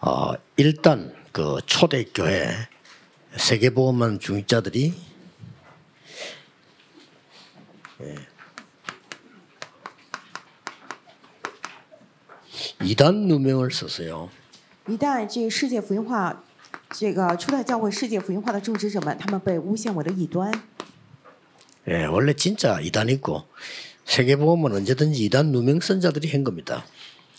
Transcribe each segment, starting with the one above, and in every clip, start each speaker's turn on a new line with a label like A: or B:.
A: 어, 일단 그 초대교회 세계보험한 중직자들이 예, 이단 누명을 썼어요.
B: 一旦这世界福音化，这个初代教会世界福音化的种植者们，他们被诬陷为了异端。
A: 예, 원래 진짜 이단 있고 세계보험은 언제든지 이단 누명 쓴 자들이 한 겁니다.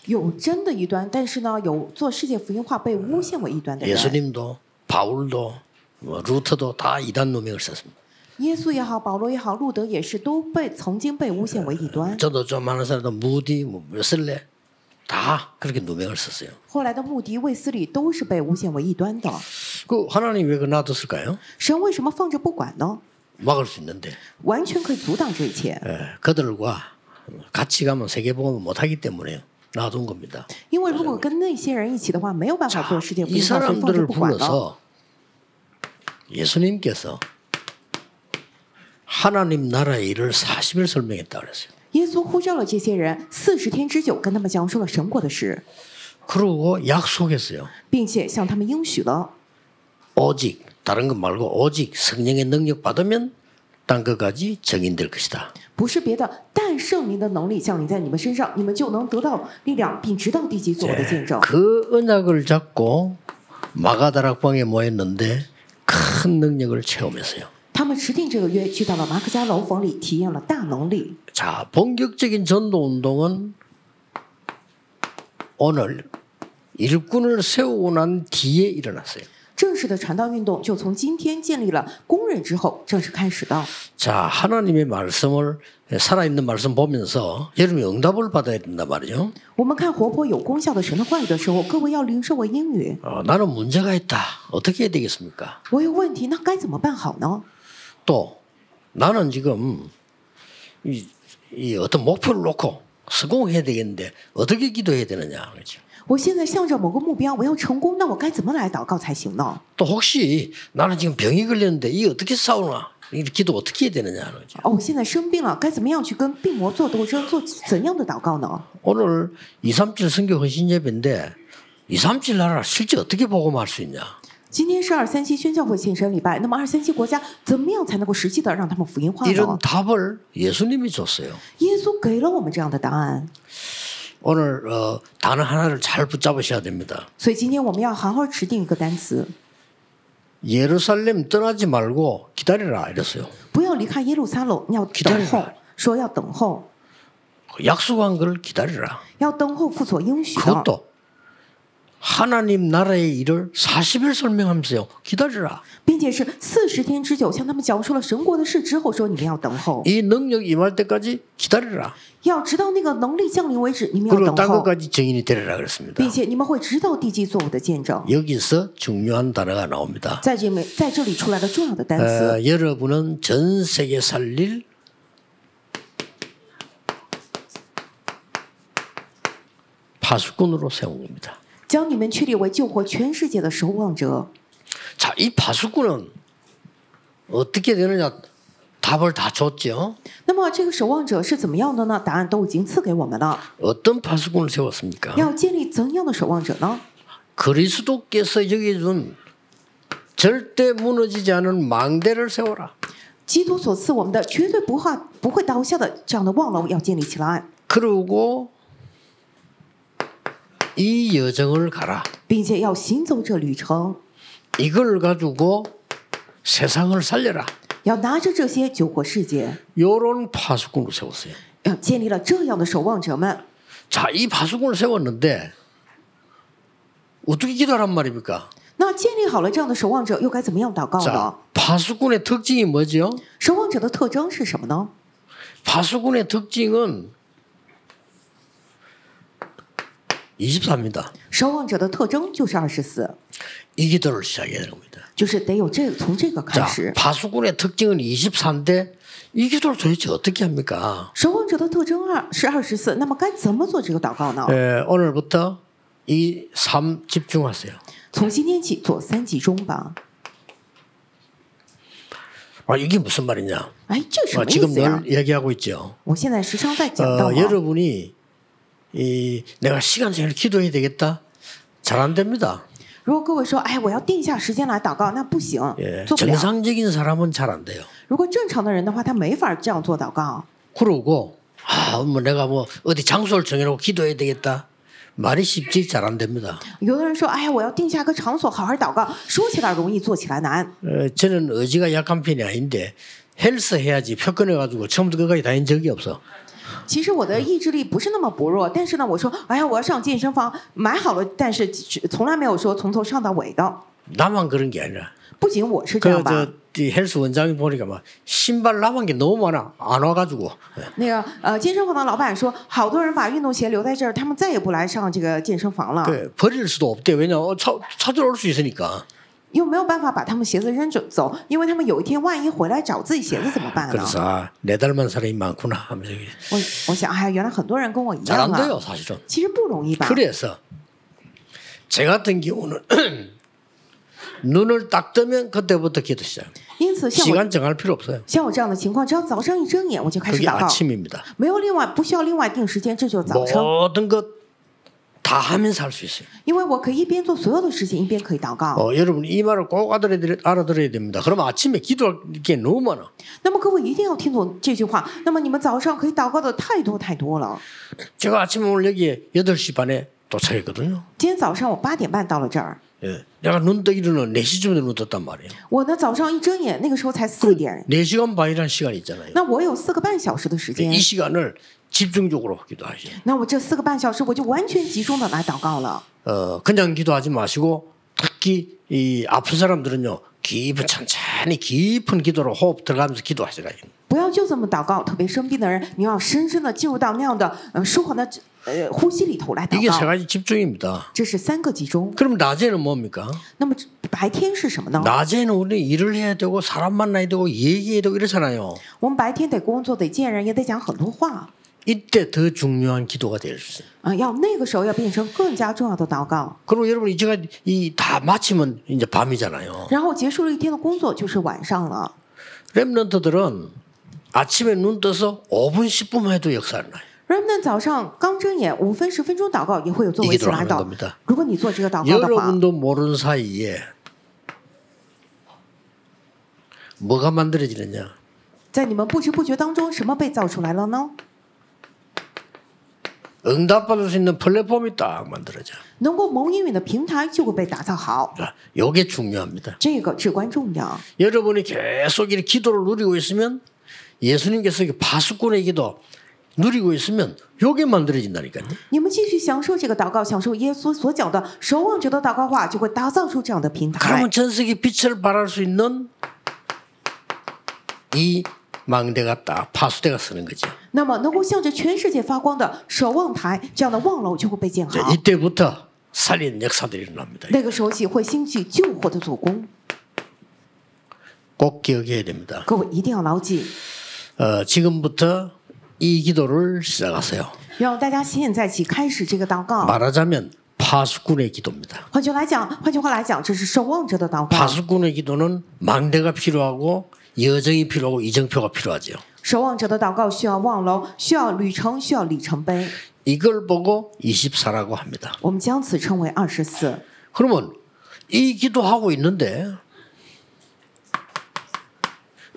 B: 有真的异端，但是呢，有做世界福音化被诬陷为异端的人。
A: 예수님도 바울도 뭐 루터도 다 이단 누명을 썼습니다.
B: 耶稣也好，保罗也好，路德也是，都被曾经被诬陷为异端。
A: 저도 좀 많은 사람도 무디 뭐 슬레 다 그렇게 누명을 썼어요.
B: 后来的穆迪、卫斯理都是被诬陷为异端的。
A: 그 하나님 왜 그 놔뒀을까요?
B: 神为什么放着不管呢？
A: 막을 수 있는데
B: 完全可以阻挡这一切，
A: 예, 그들과 같이 가면 세계복음을 못하기 때문에 놔둔 겁니다.
B: 因为如果跟那些人一起的话，没有办法做世界福
A: 이
B: 音化，所以放着
A: 사람들을
B: 不管了。
A: 불러서 예수님께서 하나님 나라의 일을 40일 설명했다 그랬어요.
B: 耶稣呼召了这些人，四十天之久跟他们讲述了神国的事，
A: 그리고 약속했어요.
B: 并且向他们应许了，
A: 오직 다른 것 말고 오직 성령의 능력 받으면 딴 것까지 정인될 것이다.
B: 不是别的，但圣灵的能力降临在你们身上，你们就能得到力量，并直到地极做我的见证。
A: 그 언약을 잡고 마가다락방에 모였는데 큰 능력을 체험했어요.
B: 他们持定这个约，去到了马可家楼房里，体验了大能力。
A: 자, 본격적인 전도 운동은 오늘 일꾼을 세우고 난 뒤에 일어났어요.
B: 正式的传道运动就从今天建立了工人之后正式开始的。
A: 자, 하나님의 말씀을 살아있는 말씀 보면서 여러분이 응답을 받아야 된단 말이죠.
B: 我们看活泼有功效的神的话语的时候，各位要领受我英语。
A: 어, 나는 문제가 있다. 어떻게 해야 되겠습니까?
B: 我有问题，那该怎么办好呢？
A: 또 나는 지금 이, 이 어떤 목표를 놓고 성공해야 되겠는데 어떻게 기도해야 되느냐 그렇죠.
B: 我现在向着某个目标，我要成功，那我该怎么来祷告才行呢？
A: 또 혹시 나는 지금 병이 걸렸는데 이 어떻게 싸우나 이 기도 어떻게 해야 되느냐 그렇죠.
B: 哦，我现在生病了，该怎么样去跟病魔做斗争，做怎样的祷告呢？
A: 오늘 237 성교 헌신 예배인데 237 나라 실제 어떻게 복음할 수 있냐
B: 今天是二三七宣教会庆生礼拜，那么二三七国家怎么样才能够实际的让他们福音化
A: 이런
B: 呢？
A: 답을 예수님이 줬어요.
B: 耶稣给了我们这样的答案，
A: 오늘 어, 단어 하나를 잘 붙잡으셔야 됩니다.
B: 所以今天我们要好好持定一个单词，
A: 예루살렘 떠나지 말고 기다리라 이랬어요.
B: 不要离开耶路撒冷，要等
A: 기다려
B: 候
A: 라 ，
B: 说要等候，
A: 그 약속한 걸 기다리라.
B: 要等候父所应许的。
A: 그것도 하나님 나라의 일을 40일 설명하면서요. 기다리라.
B: 并且是四十天之久向他们讲述了神国的事之后，说你们要等候，
A: 이 능력 임할 때까지 기다리라.
B: 要直到那个能力降临为止，你们
A: 그리고
B: 要
A: 딴
B: 等候，
A: 것까지 증인이 되리라 그랬습니다.
B: 并且你们会直到地基做我的见证。
A: 여기서 중요한 단어가 나옵니다.
B: 在这里，在这里出来的重要的单
A: 어,
B: 词，
A: 여러분은 전 세계 살릴 파수꾼으로 세운 겁니다.
B: 将你们确立为救活全世界的守望者。
A: 자, 이 파수꾼은 어떻게 되느냐 답을 다 줬죠.
B: 那么这个守望者是怎么样的呢？答案都已经赐给我们
A: 啊
B: 了。
A: 어떤 파수꾼을 세웠습니까?
B: 要建立怎样的守望者呢？
A: 그리스도께서 여기준 절대 무너지지 않은 망대를 세워라.
B: 基督所赐我们的绝对不怕不会倒下的这样的望楼要建立起来，
A: 그리고 이 여정을 가라.
B: 并且要行走这旅程，
A: 이걸 가지고 세상을 살려라.
B: 要拿着这些救活世界，
A: 요런 파수꾼을 세웠어요.
B: 要建立了这样的守望者们。
A: 자, 이 파수꾼을 세웠는데 어떻게 기도하란 말입니까?
B: 那建立好了这样的守望者，又该怎么样祷告
A: 자,
B: 呢？
A: 파수꾼의 특징이 뭐죠?
B: 守望者的特征是什么呢？
A: 파수꾼의 특징은 24입니다.
B: 守望者的特征就是二十四，
A: 이 기도를 시작해야 되는 겁니다.
B: 就是得有这从这个开
A: 자,
B: 始。
A: 파수꾼의 특징은 24인데 이 기도를 도대체 어떻게 합니까?
B: 守望者的特征二是二十四，那么该怎么做这个祷告呢？
A: 예, 오늘부터 이 3 집중하세요.
B: 从今天起做三集中吧。
A: 아, 이게 무슨 말이냐?
B: 哎，这什
A: 아,
B: 么
A: 지금
B: 意思呀
A: 늘 ？ 얘기하고 있죠.
B: 我现在时常在
A: 어,
B: 讲到啊，
A: 여러분이 이 내가 시간 제일 기도해야 되겠다. 잘 안 됩니다.
B: 如果各位说，哎，我要定下时间来祷告，那不行
A: 예, ，
B: 做不了。
A: 정상적인 사람은 잘 안 돼요.
B: 如果正常的人的话，他没法这样做祷告。
A: 그러고 아, 뭐 내가 뭐 어디 장소를 정해놓고 기도해야 되겠다. 말이 쉽지 잘 안 됩니다.
B: 有的人说，哎呀，我要定下个场所好好祷告，说起来容易，做起来难。
A: 어, 저는 의지가 약한 편이 아닌데 헬스 해야지 표 끊어가지고 처음부터 끝까지 다닌 적이 없어.
B: 其实我的意志力不是那么薄弱，但是呢，我说，哎呀，我要上健身房，买好了，但是只从来没有说从头上到尾的。
A: 나만 그런 게 아니라
B: 不仅我是这样吧，
A: 그저 헬스 원장이 보니까 막 신발 남은 게 너무 많아 안 와가지고
B: 那个呃，健身房的老板说，好多人把运动鞋留在这儿，他们再也不来上这个健身房了，
A: 그 버릴 수도 없대 왜냐 어, 차, 찾아올 수 있으니까
B: 又没有办法把他们鞋子扔走走，因为他们有一天万一回来找自己鞋子怎么办呢？
A: 그래서 아, 내 닮은 사람이 많구나 하면서
B: 我我想，哎呀，原来很多人跟我一
A: 잘
B: 样
A: 안
B: 啊，
A: 돼요 사실은
B: 其实不容易吧？
A: 그래서 제 같은 경우는 눈을 딱 뜨면 그때부터 기도 시작
B: 因此，像我
A: 시간 정할 필요 없어요
B: 像我这样的情况，只要早上一睁眼我就开始
A: 그게
B: 祷告，
A: 아침입니다
B: 没有另外不需要另外定时间，这就是早晨，
A: 모든 것 다 하면서 할 수 있어요
B: 因为我可以一边做所有的事情，一边可以祷告。
A: 어, 여러분 이 말을 꼭 알아들어야, 알아들어야 됩니다 그러면 아침에 기도할 게 너무 많아
B: 那么各位一定要听懂这句话。那么你们早上可以祷告的太多太多了。
A: 제가 아침에 오늘 여기에 8시 반에 도착했거든요.
B: 今天早上我八点半到了这儿，
A: 예. 내가 눈 뜨기로는 4시쯤에 눈 떴단 말이에요.
B: 我呢早上一睁眼，那个时候才四点，
A: 4시간 반이라는 시간이 있잖아요.
B: 那我有四个半小时的时间
A: 이 。 시간을 집중적으로 기도하셔.
B: 那我这四个半小时，我就完全集中的来祷告了。
A: 어, 그냥 기도하지 마시고 특히 이 아픈 사람들은요. 깊은 천천히 깊은 기도로 호흡 들어가면서 기도하시라.
B: 不要就这么祷告，特别生病的人，你要深深的进入到那样的呃舒缓的呃呼吸里头来
A: 이게
B: 祷
A: 세
B: 告。
A: 가지 집중입니다.
B: 这是三个集中。
A: 그럼 낮에는 뭡니까?
B: 那么这白天是什么呢？
A: 낮에는 우리 일을 해야 되고 사람 만나야 되고 얘기해야 되고 이러잖아요.
B: 我们白天得工作，得见人，也得讲很多话
A: 이때 더 중요한 기도가 될 수 있어요.
B: 啊。要那个时候要变成更加重要的祷告。
A: 그리고 여러분 이제가 이 다 마치면 이제 밤이잖아요.
B: 然后结束了一天的工作，就是晚上了。
A: 렘런트들은 아침에 눈 떠서 5분 10분만 해도 역사를 나요.
B: Remnant 早上刚睁眼，五分十分钟祷告也会有作为起来
A: 이게
B: 祷
A: 들어가는겁니다 。
B: 如果你做这个祷告的话，
A: 여러분도 모르는 사이에 뭐가 만들어지느냐?
B: 在你们不知不觉当中，什么被造出来了呢？
A: 응답받을 수 있는 플랫폼이 딱 만들어져.
B: 能够蒙应允的平台就会被打造好，
A: 자, 요게 중요합니다.
B: 这个至关重要。
A: 여러분이 계속 이렇게 기도를 누리고 있으면 예수님께서 이렇게 파수꾼의 기도 누리고 있으면 요게 만들어진다니까요.
B: 你们继续享受这个祷告，享受耶稣所讲的守望者的祷告话，就会打造出这样的平台
A: 그러면 전 세계 빛을 발할 수 있는 이 망대가 딱 파수대가 쓰는 거죠.
B: 那么，能够向着全世界发光的守望台这样的望楼就会被建
A: 이제
B: 好。
A: 이때부터 살리는 역사들이 일어납니다.
B: 那个时候起会兴起救火的主攻，
A: 꼭 기억해야 됩니다.
B: 各位一定要牢记，
A: 어, 지금부터 이 기도를 시작하세요.
B: 让大家现在起开始这个祷
A: 啊
B: 告。
A: 말하자면 파수꾼의 기도입니다.
B: 换句来讲，换句话来讲，这是守望者的祷
A: 啊
B: 告。
A: 파수꾼의 기도는 망대가 필요하고 여정이 필요하고 이정표가 필요하죠.
B: 守望者的祷告需要望楼，需要旅程，需要里程碑。
A: 이걸 보고 24라고 합니다.
B: 我们将此称为二十四。
A: 그러면 이 기도하고 있는데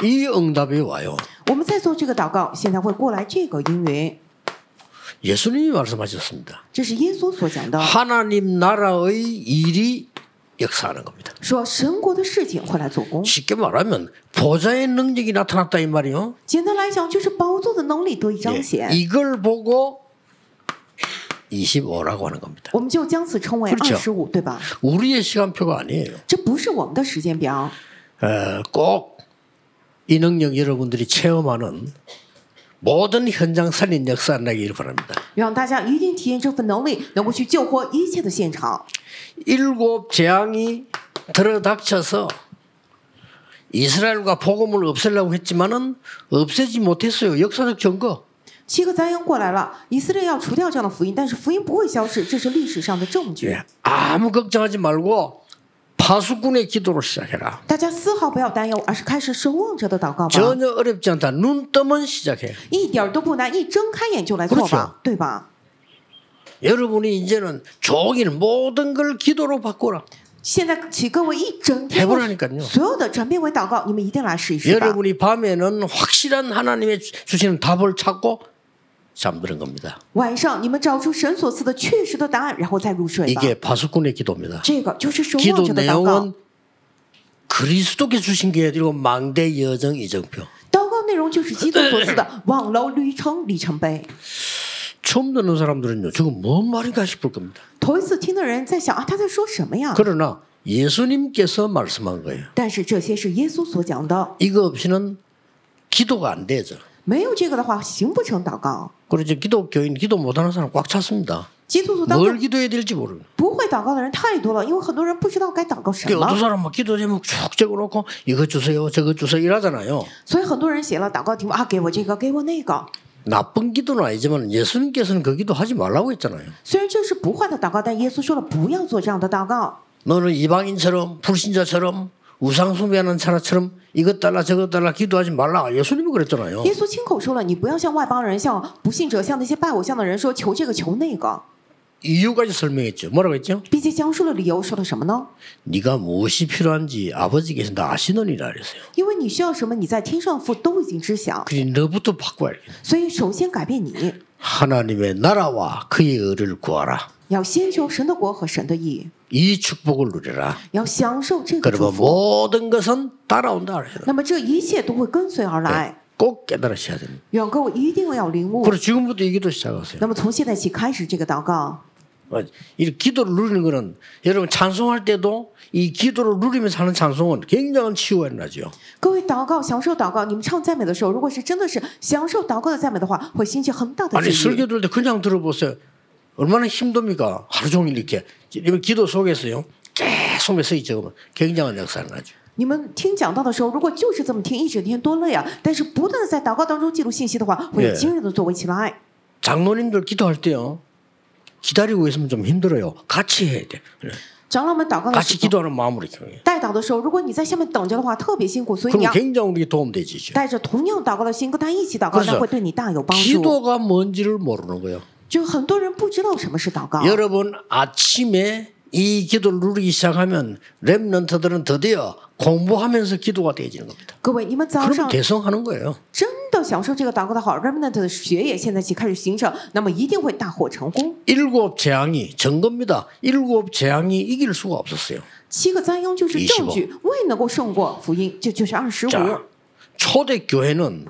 A: 이 응답이 와요.
B: 我们在做这个祷告，现在会过来这个应允，
A: 예수님이 말씀하셨습니다.
B: 这是耶稣所讲的，
A: 하나님 나라의 일이 역사하는 겁니다.
B: 说神国的事情会来做工。
A: 쉽게 말하면 보좌의 능력이 나타났다 이 말이요.
B: 简单来讲，就是宝座的能力得以彰
A: 예,
B: 显，
A: 이걸 보고 25라고 하는 겁니다.
B: 我们就将此称为
A: 不是这
B: 二
A: 样
B: 十五，对吧？
A: 우리의 시간표가 아니에요.
B: 这不是我们的时间表，
A: 어, 꼭 이 능력 여러분들이 체험하는 모든 현장 살린 역사 나기를 바랍니다.
B: 让大家一定体验这份能力，能够去救活一切的现场。
A: 일곱 재앙이 들어닥쳐서 이스라엘과 복음을 없애려고 했지만은 없애지 못했어요. 역사적 증거.
B: 七个灾殃过来了，以色列要除掉这样的福音，但是福音不会消失，这是历史上的证据。
A: 예, 아무 걱정하지 말고 파수꾼의 기도로 시작해라.
B: 大家丝毫不要担忧，而是开始守望者的祷告吧，
A: 전혀 어렵지 않다. 눈 뜨면 시작해.
B: 一点儿都不难，一睁开眼就来做吧，对吧？
A: 여러분이 이제는 종일 모든 걸 기도로 바꾸라.
B: 现在请各位一整天
A: 해보라니깐요
B: 所有的转变为祷告，你们一定来试一试吧。
A: 여러분이 밤에는 확실한 하나님의 주- 주시는 답을 찾고 잠드는 겁니다.
B: 晚上你们找出神所赐的确实的答案，然后再入睡吧。
A: 이게 파수꾼의 기도입니다.
B: 这个就是守望
A: 기도
B: 者的祷告
A: 내용은 。 그리스도께 주신 게 아니고 망대 여정 이정표.
B: 祷告内容就是基督所赐的网楼旅程里程碑。
A: 처음 듣는 사람들은요, 지금 뭔 말인가 싶을 겁니다.
B: 头一次听的人在想啊，他在说什么
A: 아.
B: 呀？
A: 그러나 예수님께서 말씀한 거예요.
B: 但是这些是耶稣所讲的，
A: 이거 없이는 기도가 안 되죠.
B: 没有这个的话，行不成祷告。
A: 그래서 기독교인 기도 못하는 사람 꽉 찼습니다.
B: 基督徒当
A: 뭘
B: 中
A: 기도해야 될지 모르는.
B: 不会祷告的人太多了，因为很多人不知道该祷告什
A: 어떤
B: 么，
A: 사람은 기도 제목 쭉 적어놓고 이거 주세요, 저거 주세요 이러잖아요.
B: 所以很多人写了祷告题目啊，给我这个，给我那个。
A: 나쁜 기도는 아니지만 예수님께서는 그 기도 하지 말라고 했잖아요.
B: 虽然这是不坏的祷告，但耶稣说了不要做这样的祷告。
A: 너는 이방인처럼 불신자처럼 우상숭배하는 자처럼 이것 달라 저것 달라 기도하지 말라 예수님이 그랬잖아요.
B: 耶稣亲口说了，你不要像外邦人、像不信者、像那些拜偶像的人说求这个求那个，
A: 이유까지 설명했죠. 뭐라고 했죠?
B: 并且讲述了理由，说了什么呢？
A: 네가 무엇이 필요한지 아버지께서 다 아시느니라 그랬어요.
B: 因为你需要什么，你在天上父都已经知晓，
A: 그니 너부터 바꿔야 돼.
B: 所以首先改变你，
A: 하나님의 나라와 그의 의를 구하라.
B: 要先求神的国和神的义，
A: 이 축복을 누리라.
B: 要享受这个祝
A: 그리고
B: 福。
A: 모든 것은 따라온다 그래요.
B: 那么这一切都会跟随而来。
A: 꼭 깨달으셔야 됩니다.
B: 远哥，我一定要领悟。
A: 그리고 지금부터 이 기도 시작하세요.
B: 那么从现在起开始这个祷告，
A: 뭐, 이 기도를 누리는 거는 여러분 찬송할 때도 이 기도를 누리면서 하는 찬송은 굉장한 치유가 나죠.
B: 各位祷告，享受祷告。你们唱赞美的时候，如果是真的是享受祷告的赞美的话，会兴起很大的
A: 아니
B: 治愈。
A: 설교 들을 때 그냥 들어보세요. 얼마나 힘듭니까? 하루 종일 이렇게 이런 기도 속에서요. 계속 메시지 적으면 굉장한 역사가 나죠.
B: 你们听讲道的时候，如果就是这么听一整天，多累啊！但是不断的在祷告当中记录信息的话，会有
A: Yeah.
B: 惊人的作为起来。
A: 장로님들 기도할 때요. 기다리고 있으면 좀 힘들어요. 같이 해야 돼.
B: 长老们祷告的
A: 같이
B: 时候，
A: 기도하는 마음으로 기도해요.
B: 带祷的时候，如果你在下面等着的话，特别辛苦，所以你
A: 그럼
B: 要
A: 굉장히 우리에게 도움되지. 이제.
B: 带着同样祷告的心跟他一起祷告，
A: 그래서
B: 那会对你大有帮助。
A: 기도가 뭔지를 모르는 거예요.
B: 就很多人不知道什么是祷告。
A: 여러분 아침에 이 기도를 누리기 시작하면 렘넌트들은 드디어 공부하면서 기도가 되어지는 겁니다.
B: 各位，你们早上
A: 그럼 대성하는 거예요.
B: 真的享受这个祷告的好，Remnant 的学业现在起开始形成，那么一定会大获成功。
A: 일곱 재앙이 증거입니다. 일곱 재앙이 이길 수가 없었어요.
B: 七个灾殃就是证据，未能够胜过福音，这就是二十五。
A: 자, 초대 교회는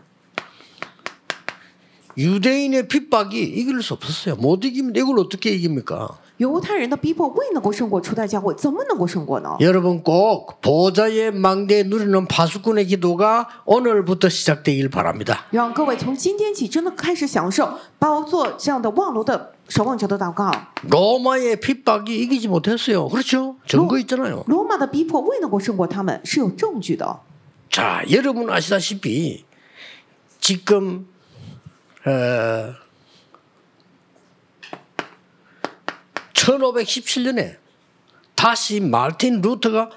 A: 유대인의 핍박이 이길 수 없었어요. 못 이깁니다. 이걸 어떻게 이깁니까?
B: 犹太人的逼迫未能够胜过初代教会，怎么能够胜过呢？
A: 여러분 꼭 보좌의 망대 누리는 파수꾼의 기도가 오늘부터 시작되길 바랍니다.
B: 让各位从今天起真的开始享受包做这样的望楼的守望者的祷告。
A: 로마의 핍박이 이기지 못했어요. 그렇죠? 증거 있잖아요.
B: 罗马的逼迫未能够胜过他们，是有证据的。
A: 자, 여러분 아시다시피 지금 어, 1517년에 다시 마르틴 루터가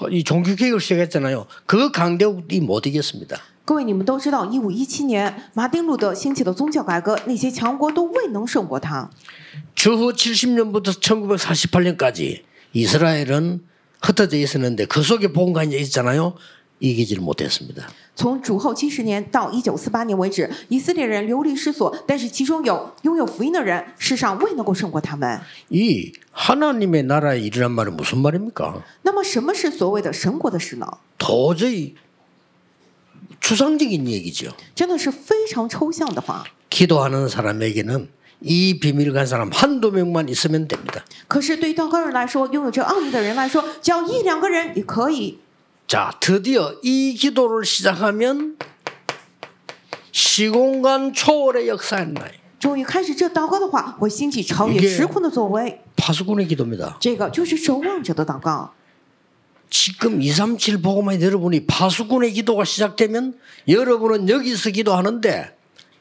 A: 허- 이 종교 개혁을 시작했잖아요. 그 강대국이 못 이겼습니다.
B: 各位，你们都知道，一五一七年马丁路德兴起的宗教改革，那些强国都未能胜过他。
A: 주후 70년부터 1948년까지 이스라엘은 흩어져 있었는데 그 속에 복음가 이제 있잖아요. 이기지를 못했습니다.
B: 从主后七十年到一九四八年为止，以色列人流离失所，但是其中有拥有福音的人，世上未能够胜过他们。
A: 이 하나님의 나라의 일이란 말은 무슨 말입니까?
B: 那么，什么是所谓的神国的事呢？
A: 도저히 추상적인 얘기죠.
B: 真的是非常抽象的话。
A: 기도하는 사람에게는 이 비밀을 간 사람 한두 명만 있으면 됩니다.
B: 可是对于祷告人来说，拥有这奥秘的人来说，只要一两个人也可以。
A: 자, 드디어 이 기도를 시작하면 시공간 초월의 역사였나요?
B: 终于开始这祷告的话，会兴起超越
A: 이게
B: 时空的作为。
A: 파수꾼의 기도입니다.
B: 这个就是守望者的祷告。
A: 지금 237 복음의 여러분이 파수꾼의 기도가 시작되면 여러분은 여기서 기도하는데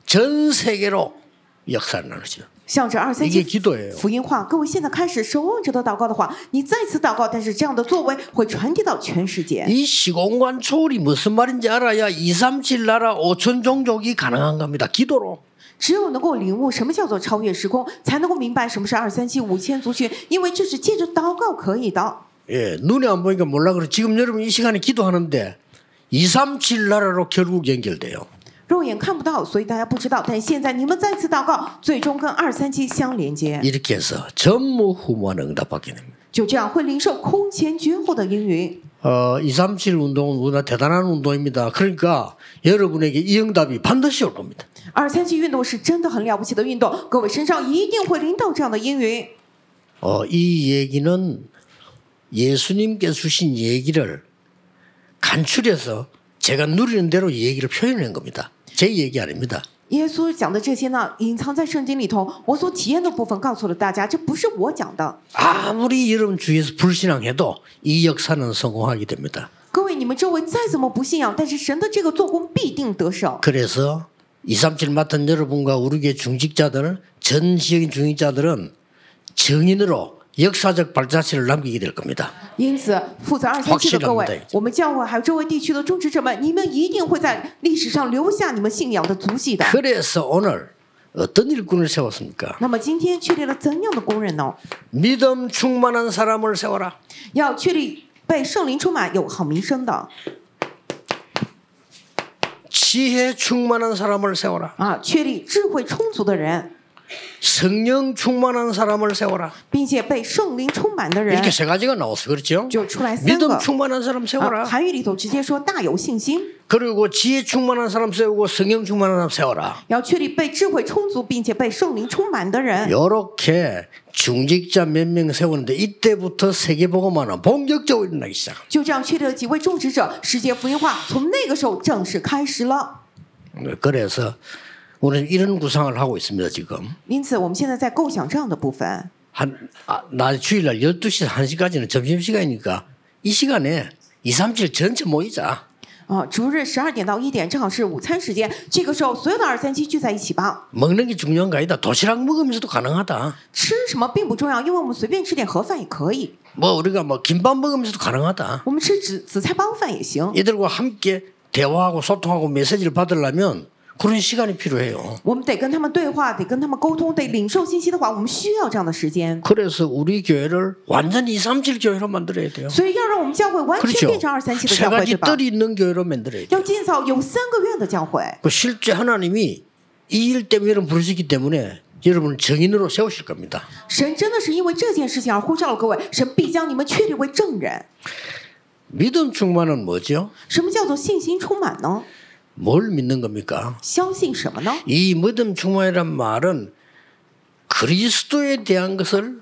A: 전 세계로 역사를 나누죠.
B: 像这二三
A: 이게
B: 七
A: 기도예요.
B: 福音化，各位现在开始守望者的祷告的话，你再次祷告，但是这样的作为会传递到全世界。
A: 이 시공간 초월이 무슨 말인지 알아야 237 나라 5천 종족이 가능한 겁니다. 기도로.
B: 只有能够领悟什么叫做超越时空，才能够明白什么是二三七五千族群，因为这是借着祷告可以的。
A: 예, 눈에 안 보니까 몰라 그래. 지금 여러분 이 시간에 기도하는데 237 나라로 결국 연결돼요.
B: 肉眼看不到，所以大家不知道。但现在你们再次祷告，最终跟二三七相连接，
A: 이렇게 해서 전무후무한 응답받게 됩니다.
B: 就这样会领受空前绝后的应允。
A: 어, 237 운동은 우리나 대단한 운동입니다. 그러니까 여러분에게 이 응답이 반드시 올 겁니다.
B: 二三七运动是真的很了不起的运动，各位身上一定会领到这样的应允。
A: 어, 이 얘기는 예수님께서 주신 얘기를 간추려서 제가 누리는 대로 이 얘기를 표현한 겁니다. 제 얘기 아닙니다.
B: 耶稣讲的这些呢，隐藏在圣经里头，我所体验的部分告诉了大家，这不是我讲的。
A: 아무리 여러분 주위에서 불신앙해도 이 역사는 성공하게 됩니다.
B: 各位，你们周围再怎么不信仰，但是神的这个做工必定得手。
A: 그래서 237 맡은 여러분과 우리 교회 중직자들, 전 지역인 중직자들은 증인으로 역사적 발자취를 남기게 될 겁니다.
B: 因此，负责二三七的各
A: 확실합니
B: 位
A: 다 ，
B: 我们教会还有周围地区的种植者们，你们一定会在历史上留下你们信仰的足迹的。
A: 그래서 오늘 어떤 일꾼을 세웠습니까?
B: 那么今天确立了怎样的工人呢？
A: 믿음 충만한 사람을 세워라.
B: 要确立被圣灵充满、有好名声的
A: 지혜 충만한 사람을 세워라.
B: 啊，确立智慧充足的人，
A: 성령 충만한 사람을 세워라.
B: 并且被圣灵充满的人
A: 이렇게 ，세 가지가 나와서 그렇죠?
B: 就出来三个
A: 믿음 。 충만한 사람
B: 啊，
A: 세워라.
B: 韩语里头直接说大有信心，
A: 그리고 지혜 충만한 사람 세우고 성령 충만한 사람 세워라.
B: 要确立被智慧充足并且被圣灵充满的人。
A: 요렇게 중직자 몇 명 세우는데 이때부터 세계보고만은 본격적으로 일어나기 시작.
B: 就这样确立了几位种植者，世界福音化从那个时候正式开始了。
A: 그래서 우리는 이런 구상을 하고 있습니다 지금.
B: 因此，我们现在在构想这样的部分。
A: 한, 아, 나 주일날 12시에서 1시까지는 점심시간이니까 이 시간에 2, 3, 7 전체 모이자.
B: 啊，逐日十二点到一点，正好是午餐时间。这个时候，所有的二三七聚在一起吧。
A: 먹는 게 중요한 거 아니다. 도시락 먹으면서도 가능하다.
B: 吃什么并不重要，因为我们随便吃点盒饭也可以，
A: 뭐 우리가 뭐 김밥 먹으면서도 가능하다.
B: 我们吃紫紫菜包饭也行。
A: 이들과 함께 대화하고 소통하고 메시지를 받으려면 그런 시간이 필요해요.
B: 我们得跟他们对话，得跟他们沟通，得领受信息的话，我们需要这样的时间。
A: 그래서 우리 교회를 완전히 2, 3, 7 교회로 만들어야 돼요.
B: 所以要让我们教会完全
A: 그렇죠.
B: 变成二三七的
A: 세
B: 教会，对
A: 가지
B: 吧？
A: 뜰이 있는 교회로 만들어야 돼요.
B: 要建造有三个愿的教会。
A: 그 실제 하나님이 이 일 때문에 여러분 부르시기 때문에 여러분을 정인으로 세우실 겁니다.
B: 神真的是因为这件事情而呼召了各位，神必将你们确立为证人。
A: 믿음 충만은 뭐죠?
B: 什么叫做信心充满呢？
A: 뭘 믿는 겁니까?
B: 相信什么呢？
A: 이 믿음 충만이란 말은 그리스도에 대한 것을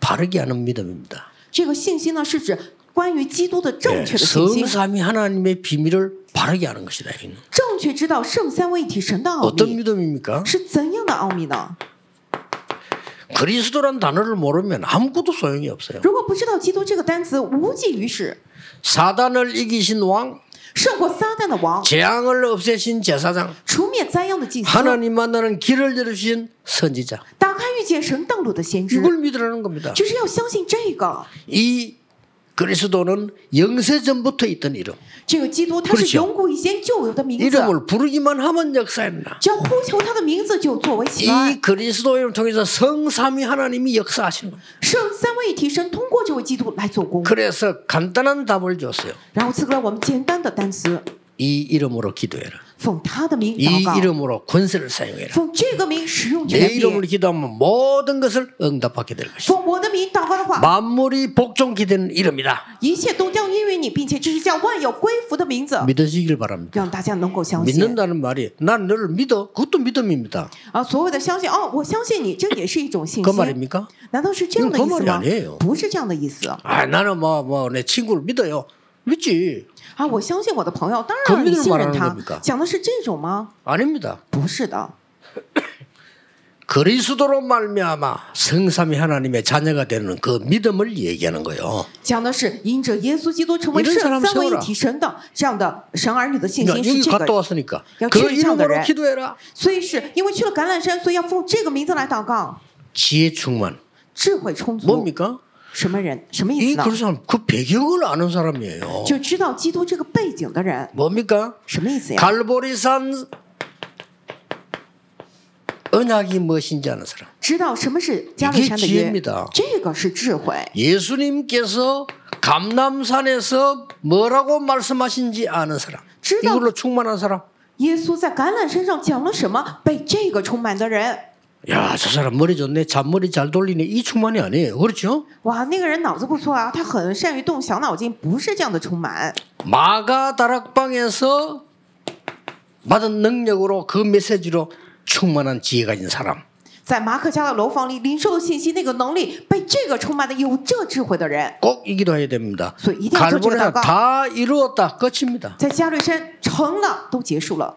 A: 바르게 하는 믿음입니다.
B: 这个信心呢，是指关于基督的正
A: 예,
B: 确的信心，
A: 성삼위 하나님의 비밀을 바르게 하는 것이다. 이거는.
B: 正确知道圣三位一体神的奥
A: 어떤
B: 秘
A: 믿음입니까?
B: 是怎样的奥秘呢？
A: 그리스도란 단어를 모르면 아무것도 소용이 없어요.
B: 如果不知道基督这个单词，无济于事。
A: 사단을 이기신 왕,
B: 胜过撒旦的王，
A: 재앙을 없애신 제사장,
B: 除灭灾殃的祭司，
A: 하나님 만나는 길을 열어주신 선지자.
B: 打开遇见神道路的先知，
A: 이걸 믿으라는 겁니다.
B: 就是要相信这个。
A: 이 그리스도는 영세전부터 있던 이름.
B: 这个基督他
A: 不是
B: 是
A: 小
B: 永古以前就有的名字，
A: 이름을 부르기만 하면 역사했나.
B: 只要呼求他的名字就作为喜
A: 이
B: 爱。
A: 그리스도 이름 통해서 성삼위 하나님이 역사하시는 겁니다.
B: 圣三位一体神通过这位基督来做工，
A: 그래서 간단한 답을 줬어요.
B: 然后赐给了我们简单的单词，
A: 이 이름으로 기도해라.
B: 奉他的名
A: 이
B: 祷告，
A: 이름으로 권세를 사용해라.
B: 奉这个名使用
A: 내
B: 权柄
A: 이름으로 ， 기도하면 모든 것을 응답하게 될 것이다.
B: 奉我的名祷告的话，
A: 만물이 복종기되는 이름이다.
B: 一切都将因为你，并且这是叫万有归服的名字，
A: 믿으시길 바랍니다.
B: 让大家能够相信
A: 믿는다는 아. 말이 난 너를 믿어. 그것도 믿음입니다.
B: 啊，所谓的相信哦，我相信你，这也是一种信
A: 그
B: 心。
A: 말입니까?
B: 难道是这样的意思
A: 이건거말이아니에요
B: 吗？不是这样的意思
A: 아 나는 뭐 뭐 내 친구를 믿어요. 믿지?
B: 啊！我相信我的朋友，当
A: 그럼
B: 然你信
A: 믿음을말하는
B: 任他
A: 겁니니까 。
B: 讲的是这种吗？
A: 아닙니다.
B: 不是的，
A: 그리스도로 말미암아 성삼위 하나님의 자녀가 되는 그 믿음을 얘기하는 거예요.
B: 讲的是因着耶稣基督成为
A: 이런사람
B: 圣三位
A: 세워라
B: 一体神的这样的神儿女的信
A: 그러니까
B: 心是
A: 여기
B: 这
A: 갔다
B: 个。
A: 왔으니까
B: 야,
A: 그
B: 진짜
A: 이름으로
B: 그래.
A: 기도해라.
B: 所以是因为去了橄榄山，所以要奉这个名字来祷告。
A: 지혜 충만.
B: 智慧充足，
A: 뭡니까?
B: 什么人？什么意
A: 이
B: 思呢？
A: 그리스도는 그 배경을 아는 사람이에요.
B: 就知道基督这个背景的人， 네.
A: 뭡니까?
B: 什么意思呀？
A: 갈보리산 언약이 무엇인지 아는 사람.
B: 知道什么是加勒山的
A: 이게지혜입
B: 约
A: 니다 ，
B: 这个是智慧。
A: 예수님께서 감남산에서 뭐라고 말씀하신지 아는 사람.
B: 知道-
A: 이걸로 충만한 사람.
B: 耶稣在橄榄山上讲了什么？被这个充满的人，
A: 야, 저 사람 머리 좋네. 잔머리 잘 돌리네. 이 충만이 아니에요. 그렇죠?
B: 哇，那个人脑子不错啊，他很善于动小脑筋，不是这样的充满。
A: 마가 다락방에서 받은 능력으로 그 메시지로 충만한 지혜 가진 사람.
B: 在马可家的楼房里领受信息，那个能力被这个充满的有这智慧的人，
A: 꼭 이기도 해야 됩니다.
B: 소- 이대로
A: 갈보리는
B: 저쪽에다가-
A: 다 이루었다. 끝입니다.
B: 在加略山成了，都结束了。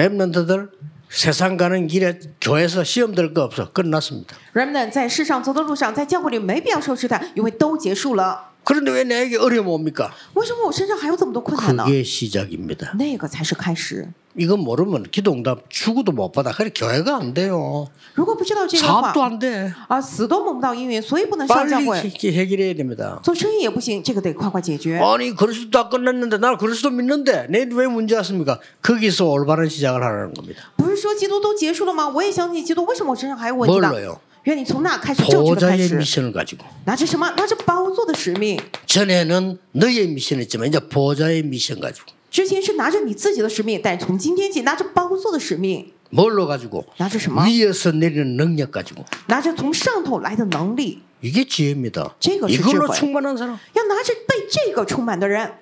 A: 랩런트들 세상 가는 길에 교회에서 시험 될 거 없어. 끝났습니다.
B: Remnant 在世上走的路上，在教会里没必要受试探，因为都结束了。
A: 그런데 왜 내게 어려움 옵니까?
B: 为什么我身上还有这么多困难呢？
A: 그게 시작입니다.
B: 那个才是开始。
A: 이거 모르면 기도응답 죽어도 못 받아. 그래 교회가 안 돼요.
B: 如果不知道这个的话
A: 사업도 ，안 돼.
B: 啊，死都蒙不到姻缘，所以不能上教
A: 빨리
B: 会，
A: 해- 해결해야 됩니다.
B: 做生意也不行，这个得快快解决。
A: 아니 그리스도 다 끝났는데 나 그리스도 믿는데 내일 왜 문제 왔습니까? 거기서 올바른 시작을 하라는 겁니다.
B: 不是说基督都结束了吗？我也相信基督，为什么我身上还有问题呢
A: 뭘로요 ？
B: 愿你从那开始正确的开
A: 보좌의
B: 始，
A: 미션을 가지고
B: 拿着什么？拿着宝座的使命。
A: 전에는 너의 미션이었지만 이제 보좌의 미션 가지고
B: 之前是拿着你自己的使命，但从今天起拿着宝座的使命，
A: 뭘로 가지고
B: 拿着
A: 뭐?
B: 什么？
A: 위에서 내리는 능력 가지고
B: 拿着从上头来的能力，
A: 이게 지혜입니다.
B: 제가
A: 이걸로
B: 실제로
A: 충만한 사람
B: 要拿着被这个充满的人，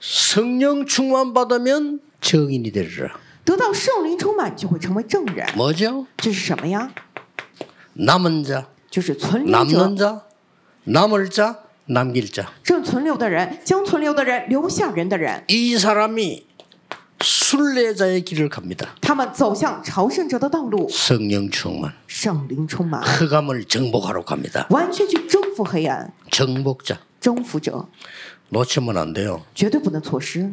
A: 성령 충만 받으면 정인이 되리라.
B: 得到圣灵充满，就会成为证人。
A: 뭐죠?
B: 这是什么呀？
A: 남은 자,
B: 就是存留者
A: 남는 ， 자, 남을 자, 남길 자.
B: 正存留的人，将存留的人留下人的人，
A: 이 사람이 순례자의 길을 갑니다.
B: 他们走向朝圣者的道路，
A: 성령 충만.
B: 圣灵充满，
A: 흑암을 정복하러 갑니다.
B: 完全去征服黑暗，
A: 정복자.
B: 征服者
A: 놓치면 안 돼요.
B: 绝对不能错失。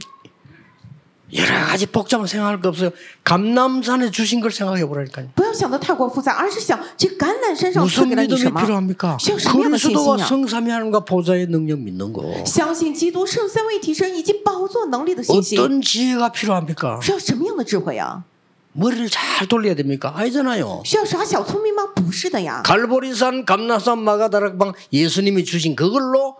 A: 여러 가지 복잡한 생각할 거 없어요. 감남산에 주신 걸 생각해 보라니까요.
B: 不要想的太过复杂，而是想这橄榄山上赐
A: 무슨
B: 给了你什
A: 믿음이
B: 么？
A: 필요합니까?
B: 需要什么样的信心
A: 그리스도와
B: 呀、
A: 성삼위 하나님과 보좌의 능력 믿는 거.
B: 相信基督圣三位提升以及宝座能力的信心，
A: 어떤 지혜가 필요합니까?
B: 需要什么样的智慧啊？
A: 머리를 잘 돌려야 됩니까? 아니잖아요.
B: 需要耍小聪明吗？不是的呀，
A: 갈보리산, 감나산, 마가다락방 예수님이 주신 그걸로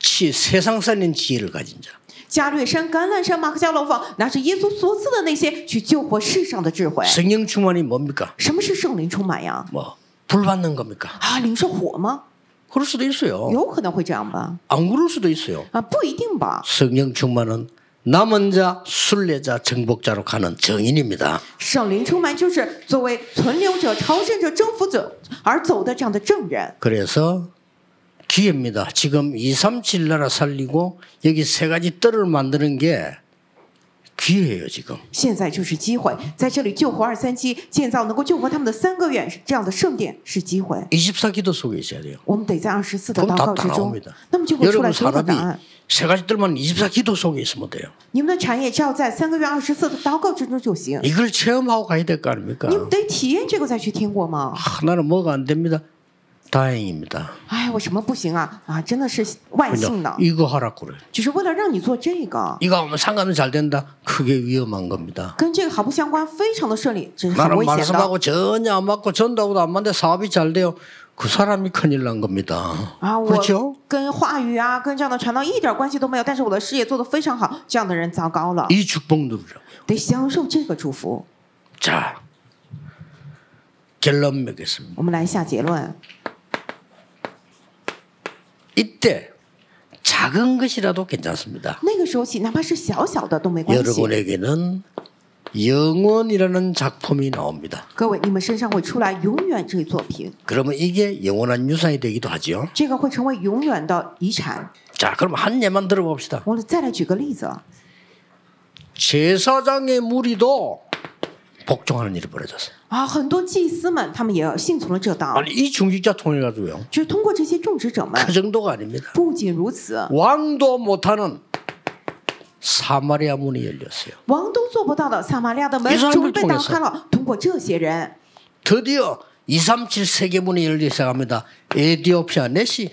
A: 치, 세상 살린 지혜를 가진 자.
B: 加略山、橄榄山、马克加楼房，拿着耶稣所赐的那些去救活世上的智慧。
A: 성령 충만이 뭡니까?
B: 什么是圣灵充满呀？
A: 뭐 불받는 겁니까?
B: 啊，灵是火吗？
A: 그럴 수도 있어요.
B: 有可能会这样吧？
A: 안 그럴 수도 있어요.
B: 啊，不一定吧。
A: 성령 충만은 남은 자, 순례자, 정복자로 가는 정인입니다.
B: 圣灵充满就是作为存留者、朝圣者、征服者而走的这样的证人。
A: 그래서 기회입니다. 지금 237 나라 살리고 여기 세 가지 뜰을 만드는 게 기회예요, 지금.
B: 现在就是机会，在这里救活二三七，建造能够救活他们的三个愿这样的圣殿是机会。
A: 24기도 속에 있어야 돼요.
B: 我们得在二十四的
A: 그럼
B: 祷
A: 다
B: 告之中
A: 따라옵니다. ，
B: 那么就会出来
A: 여러분
B: 所有的
A: 산업이
B: 答案。
A: 세 가지 뜰만 24기도 속에 있으면 돼요.
B: 你们的产业只要在三个月二十四的祷告之中就行。
A: 이걸 체험하고 가야 될 거 아닙니까?
B: 你们得体验这个再去天国吗？
A: 하나는 뭐가 안 됩니다. 다행입니다.
B: 哎，我什么不行啊？啊，真的是万
A: 그냥
B: 幸呢，
A: 이거 하라 그래.
B: 只是为了让你做这个，
A: 이거 하면 상가면 잘 된다. 그게 위험한 겁니다.
B: 跟这个毫不相关，非常的顺利，这是很
A: 나는
B: 危险的啊
A: 말씀하고 전혀 안 맞고 전도하고도 안 맞는데 사업이 잘 돼요. 그 사람이 큰일 난 겁니다.
B: 啊！我
A: 그렇죠?
B: 跟话语啊，跟这样的传道一点关系都没有，但是我的事业做得非常好，这样的人糟糕了，
A: 이 축복 누르라고.
B: 得享受这个祝福。
A: 자, 결론 맺겠습니다.
B: 我们来下结论，
A: 이때 작은 것이라도 괜찮습니다.
B: 那个时候起，哪怕是小小的都没关系。
A: 여러분에게는 영원이라는 작품이 나옵니다.
B: 各位，你们身上会出来永远这一作品，
A: 그러면 이게 영원한 유산이 되기도 하죠.
B: 这个会成为永远的遗产。
A: 자, 그럼 한 예만 들어봅시다.
B: 我再来举个例子，
A: 제사장의 무리도 복종하는 일이 벌어졌어요.
B: 啊，很多祭司们他们也幸存了这道，
A: 아니 이 중직자 통해 가지고요.
B: 就是通过这些种植者们。
A: 그 정도가 아닙니다.
B: 不仅如此，
A: 왕도 못하는 사마리아 문이 열렸어요.
B: 王都做不到的，撒玛利亚的门
A: 이 사람을
B: 终于被打开了。通过这些人，
A: 드디어 237 세계 문이 열리기 시작합니다. 에디오피아 내시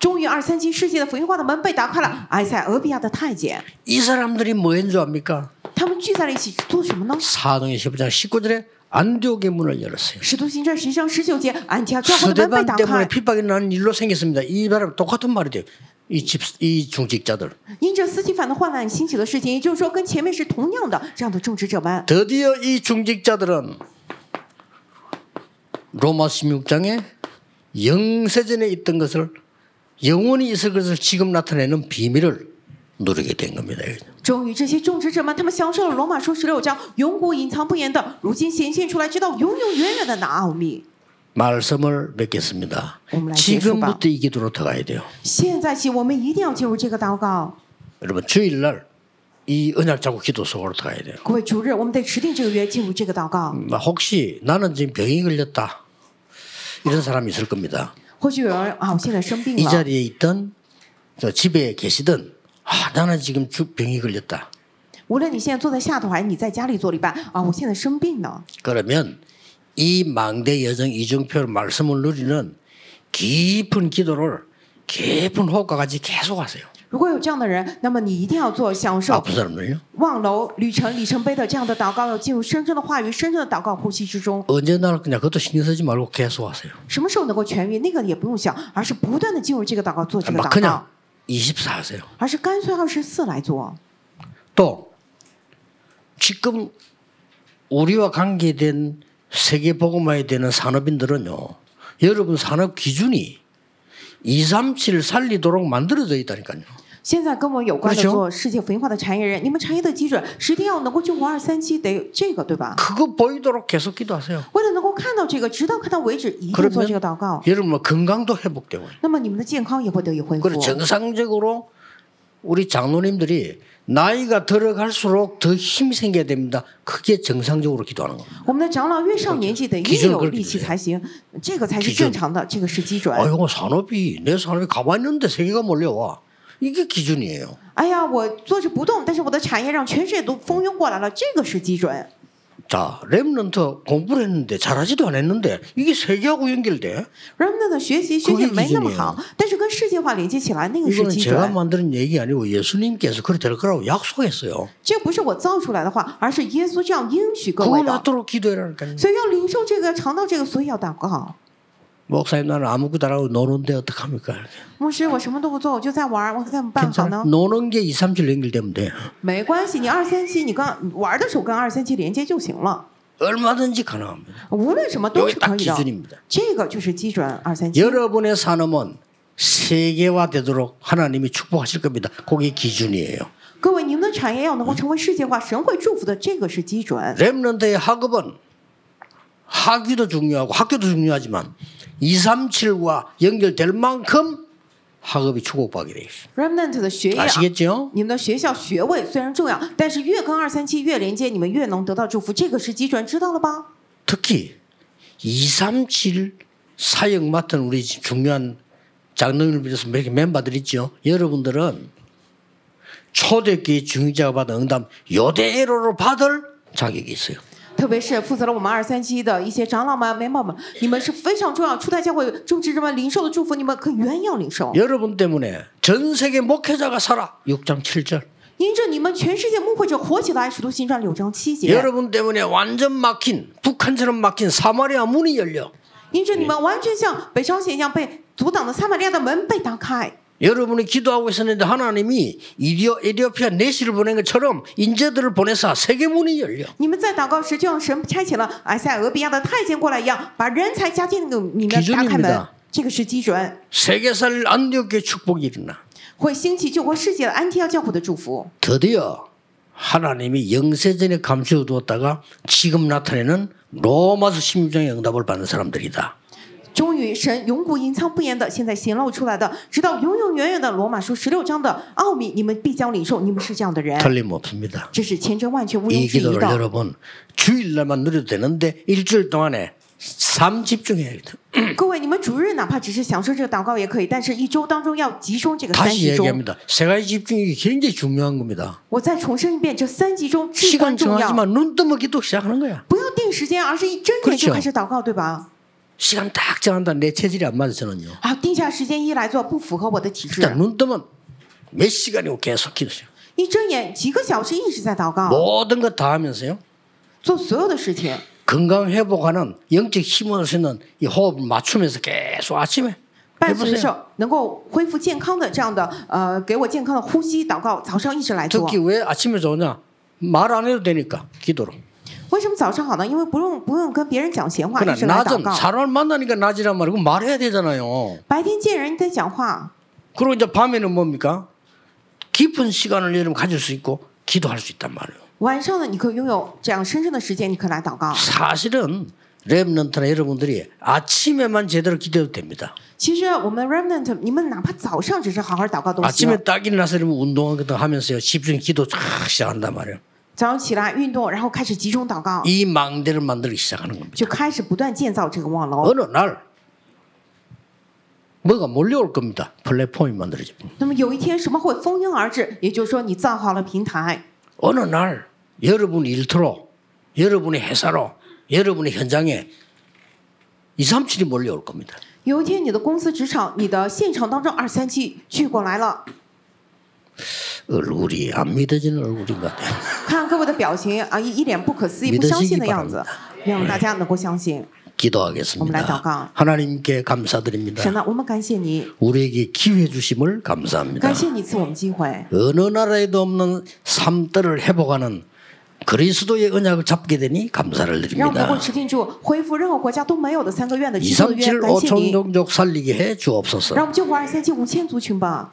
B: 终于二三七世纪的福音化的门被打开了。埃塞俄比亚的太监，
A: 이 사람들이 뭐 했는 줄 압니까?
B: 他们聚在了一起做什么呢？
A: 사도행 15장 19절에 안디옥의 문을 열었어요.
B: 使徒行传十一章十九节，安提阿教会的门被
A: 스데반
B: 打
A: 때문에
B: 开，
A: 핍박이 나는 일로 생겼습니다. 이 바람 똑같은 말이 돼요. 이 집, 이 중직자들.
B: 因着斯提凡的患难兴起的事情，也就是说跟前面是同样的这样的种植者们。
A: 드디어 이 중직자들은 로마 16장에 영세전에 있던 것을 영원히 있을 것을 지금 나타내는 비밀을 누리게 된 겁니다.
B: 终于，这些种植者们，他们享受了罗马书十六章永古隐藏不言的，如今显现出来，知道永永远远的那奥秘。
A: 말씀을 맺겠습니다.
B: 어머나,
A: 지금부터 이 기도로 들어가야 돼요.
B: 现在起，我们一定要进入这个祷告。
A: 여러분 주일날 이 언약 자국 기도 속으로 들어가야 돼요.
B: 各位主日，我们得持定这个约，进入这个祷告。
A: 음, 혹시 나는 지금 병이 걸렸다 이런 사람이 있을 겁니다.
B: 或许有人啊，我现在生病
A: 이
B: 了，
A: 자리에 있던 저 집에 계시든 아, 나는 지금 주- 병이 걸렸다.
B: 无论你现在坐在下头还是你在家里做礼拜啊，我现在生病了。
A: 그러면 이 망대 여정 이정표 말씀을 누리는 깊은 기도를 깊은 호흡과 같이 계속 하세요.
B: 如果有这样的人，那么你一定要做享受
A: 아픈 사람을요.
B: 望楼旅程里程碑的这样的祷告，要进入深深的话语、深深的祷告呼吸之中。
A: 언제 나을 거냐 그것도 신경 쓰지 말고 계속 하세요.
B: 什么时候能够痊愈，那个也不用想，而是不断的进入这个祷告，做这个
A: 막
B: 祷告
A: 그냥 ， 24 하세요.
B: 而是干脆二十四来做。
A: 또 지금 우리와 관계된 세계 보고마에 되는 산업인들은요. 여러분 산업 기준이 2, 3, 7 살리도록 만들어져 있다니까요.
B: 现在跟我有关的
A: 不是
B: 做世界福音化的产业人，你们产业的基准十定要能够救活二三七，得有这个对吧？
A: 그거 보이도록 계속 기도하세요.
B: 为了能够看到这个，直到看到为止，一定做这
A: 그러면
B: 个祷告。
A: 여러분 건강도 회복되고요.
B: 那么你们的健康也会得以恢复
A: 그리고 。 정상적으로 우리 장로님들이 나이가 들어갈수록 더 힘이 생겨야 됩니다. 그게 정상적으로 기도하는 겁니다.
B: 我们的长老越上年纪得越
A: 基准
B: 有
A: 可是
B: 力气
A: 基准
B: 才行，这个才是正常的，这个是基准。
A: 아, 이거 산업이 내 산업이 가만히 있는데 세계가 몰려와. 이게 기준이에요.
B: 哎呀，我坐着不动，但是我的产业让全世界都蜂拥过来了，这个是基准。
A: 자, 렘넌트 공부를 했는데 잘하지도 않았는데 이게 세계하고 연결돼.
B: Remnant 的学习学
A: 可
B: 习
A: 是
B: 没那么
A: 基准
B: 好，但是跟世界化连接起来，那个是
A: 이거는
B: 基
A: 제가
B: 准。
A: 만드는 얘기 아니고 예수님께서 그렇게 될 거라고 약속했어요.
B: 这不是我造出来的话，而是耶稣这样应许各
A: 그거
B: 位的。
A: 맞도록 기도해라니까요.
B: 所以要领受这个，尝到这个，所以要祷告。
A: 목사님 나는 아무것도 안 하고 노는데 어떡합니까?
B: 牧师，我什么都不做，我就在玩儿，我怎么办好
A: 괜찮아.
B: 呢？
A: 노는 게 2, 3, 7 연결되면 돼.
B: 没关系，你二三七，你刚玩的时候跟二三七连接就行了，
A: 얼마든지 가능합니다.
B: 无论什么都
A: 이게
B: 是可
A: 딱
B: 以的。
A: 기준입니다.
B: 这个就是基准二三七。
A: 여러분의 산업은 세계화되도록 하나님이 축복하실 겁니다. 그게 기준이에요.
B: 各位，您的产业要能够成为世界化，神会祝福的，这个是基准。
A: 렘넌트의 학업은 학위도 중요하고 학교도 중요하지만 2, 3, 7과 연결될 만큼 학업이 축복받게 돼 있어요.
B: Remnant 的学业啊，
A: 예, 아시겠죠?
B: 你们的学校学位虽然重要，但是越跟二三七越连接，你们越能得到祝福，这个是基准，知道了吧？
A: 특히 2, 3, 7 사역 맡은 우리 중요한 장로님을 비롯해서 이렇게 멤버들 있죠. 여러분들은 초대교회 중직자가 받은 응답 요대로로 받을 자격이 있어요.
B: 特别是负责了我们二三七的一些长老们、member 们，你们是非常重要。初代教会众职人们领受的祝福，你们可原样领受。
A: 여러분 때문에 전 세계 목회자가 살아. 6장 7절.
B: 因着你们全世界牧会者火起来，《使徒行传》六章七节。
A: 여러분 때문에 완전 막힌 북한처럼 막힌 사마리아 문이 열려.
B: 因着你们完全像北朝鲜一样被阻挡的撒玛利亚的门被打开。
A: 여러분이 기도하고 있었는데 하나님이 이디오, 에디오피아 내시를 보낸 것처럼 인재들을 보내사 세계 문이 열려.
B: 你们在祷告时，就像神差遣了埃塞俄比亚的太监过来一样，把人才加进那个里面
A: 基准
B: 打开
A: 입니
B: 门
A: 다 。
B: 这个是基准，
A: 세계사를 안디옥의 축복이 일어나.
B: 会兴起救活世界的安提阿教会的祝福。
A: 드디어 하나님이 영세전에 감추어 두었다가 지금 나타내는 로마서 16장의 응답을 받는 사람들이다.
B: 终于，神永古隐藏不言的，现在显露出来的，直到永永远远的罗马书十六章的奥秘，你们必将领受。你们是这样的
A: 네.
B: 人，
A: 틀림없습니다.
B: 这是千真万确，毋
A: 이
B: 庸置疑
A: 기도를
B: 的。
A: 여러분 주일날만 누려도 되는데 일주일 동안에 삶 집중해야 돼.
B: 各位，你们主日哪怕只是享受这个祷告也可以，但是一周当中要集中这个三
A: 다시
B: 集中。
A: 네, 얘기합니다. 세 가지 집중이 굉장히 중요한 겁니다.
B: 我再重申一遍，这三集中至
A: 시간
B: 关重要。
A: 정하지만 눈 뜨면 기도 시작하는 거야.
B: 不要定时间，而是一睁眼
A: 그렇죠
B: 就开始祷告，对吧？
A: 시간 딱 정한다. 내 체질이 안 맞아 저는요.
B: 啊，定下时间一来做，不符合我的体
A: 일단
B: 质。
A: 눈 뜨면 몇 시간이고 계속 기도해요. 아.
B: 一睁眼几个小时一直在祷告，
A: 모든 거 다 하면서요.
B: 做所有的事情，
A: 건강 회복하는 영적 힘을 쓰는 이 호흡을 맞추면서 계속 아침에
B: 伴随
A: 해보세요.
B: 着能够恢复健康的这样的呃，给我健康的呼吸祷告，早上一直来做。
A: 특히 왜 아침에 좋냐? 말 안 해도 되니까 기도로.
B: 为什么早上好呢？因为不用不用跟别人讲闲话，一
A: 그러나
B: 直来祷
A: 낮은
B: 告。
A: 사람을 만나니까 낮이란 말이고 말해야 되잖아요.
B: 白天见人在讲话，
A: 그리고 이제 밤에는 뭡니까? 깊은 시간을 여러분 가질 수 있고 기도할 수 있단 말이에요.
B: 晚上呢，你可以拥有这样深深的时间，你可以来祷告。
A: 사실은 렘넌트나 여러분들이 아침에만 제대로 기도해도 됩니다.
B: 其实我们 remnant，你们哪怕早上只是好好祷告都行了
A: 아침에。딱 일어나서 여러분 운동하거나 하면서요. 집중 기도 쫙 시작한단 말이에요.
B: 早上起来运动，然后开始集中祷告，
A: 이 망대를 만들기 시작하는 겁니다.
B: 就开始不断建造这个望楼。
A: 어느 날 뭐가 몰려올 겁니다. 플랫폼이 만들어집니다.
B: 那么有一天什么会蜂拥而至？也就是说，你造好了平台，
A: 어느 날 여러분 일터로 여러분의 회사로 여러분의 현장에 237이 몰려올 겁니다.
B: 有一天你的公司、职场、你的现场当中二三七聚过来了。
A: 얼굴이 안 믿어지는 얼굴인 것 같아요.
B: 看各位的表情啊，一一脸不可思议、
A: 믿으시기
B: 不相信的样子
A: 바랍 ，
B: 希望大家能够相信。
A: 기도하겠습니다.
B: 엄라다가.
A: 하나님께
B: 神
A: 감사드립니다.
B: 呐，我们感谢你，
A: 우리에게 기회 주심을
B: 感
A: 감사합니다.
B: 谢你赐我们机会。
A: 어느 나라에도 없는 삶들을 회복하는 그리스도의 언약을 잡게 되니 감사를
B: 让我们能够
A: 드립니다.
B: 持定住，恢复任何国家都没有的三个愿的基督的约，
A: 237
B: 感谢
A: 5천
B: 你，
A: 종족 살리게 해 주옵소서.
B: 让我们救活二三七五千族群吧。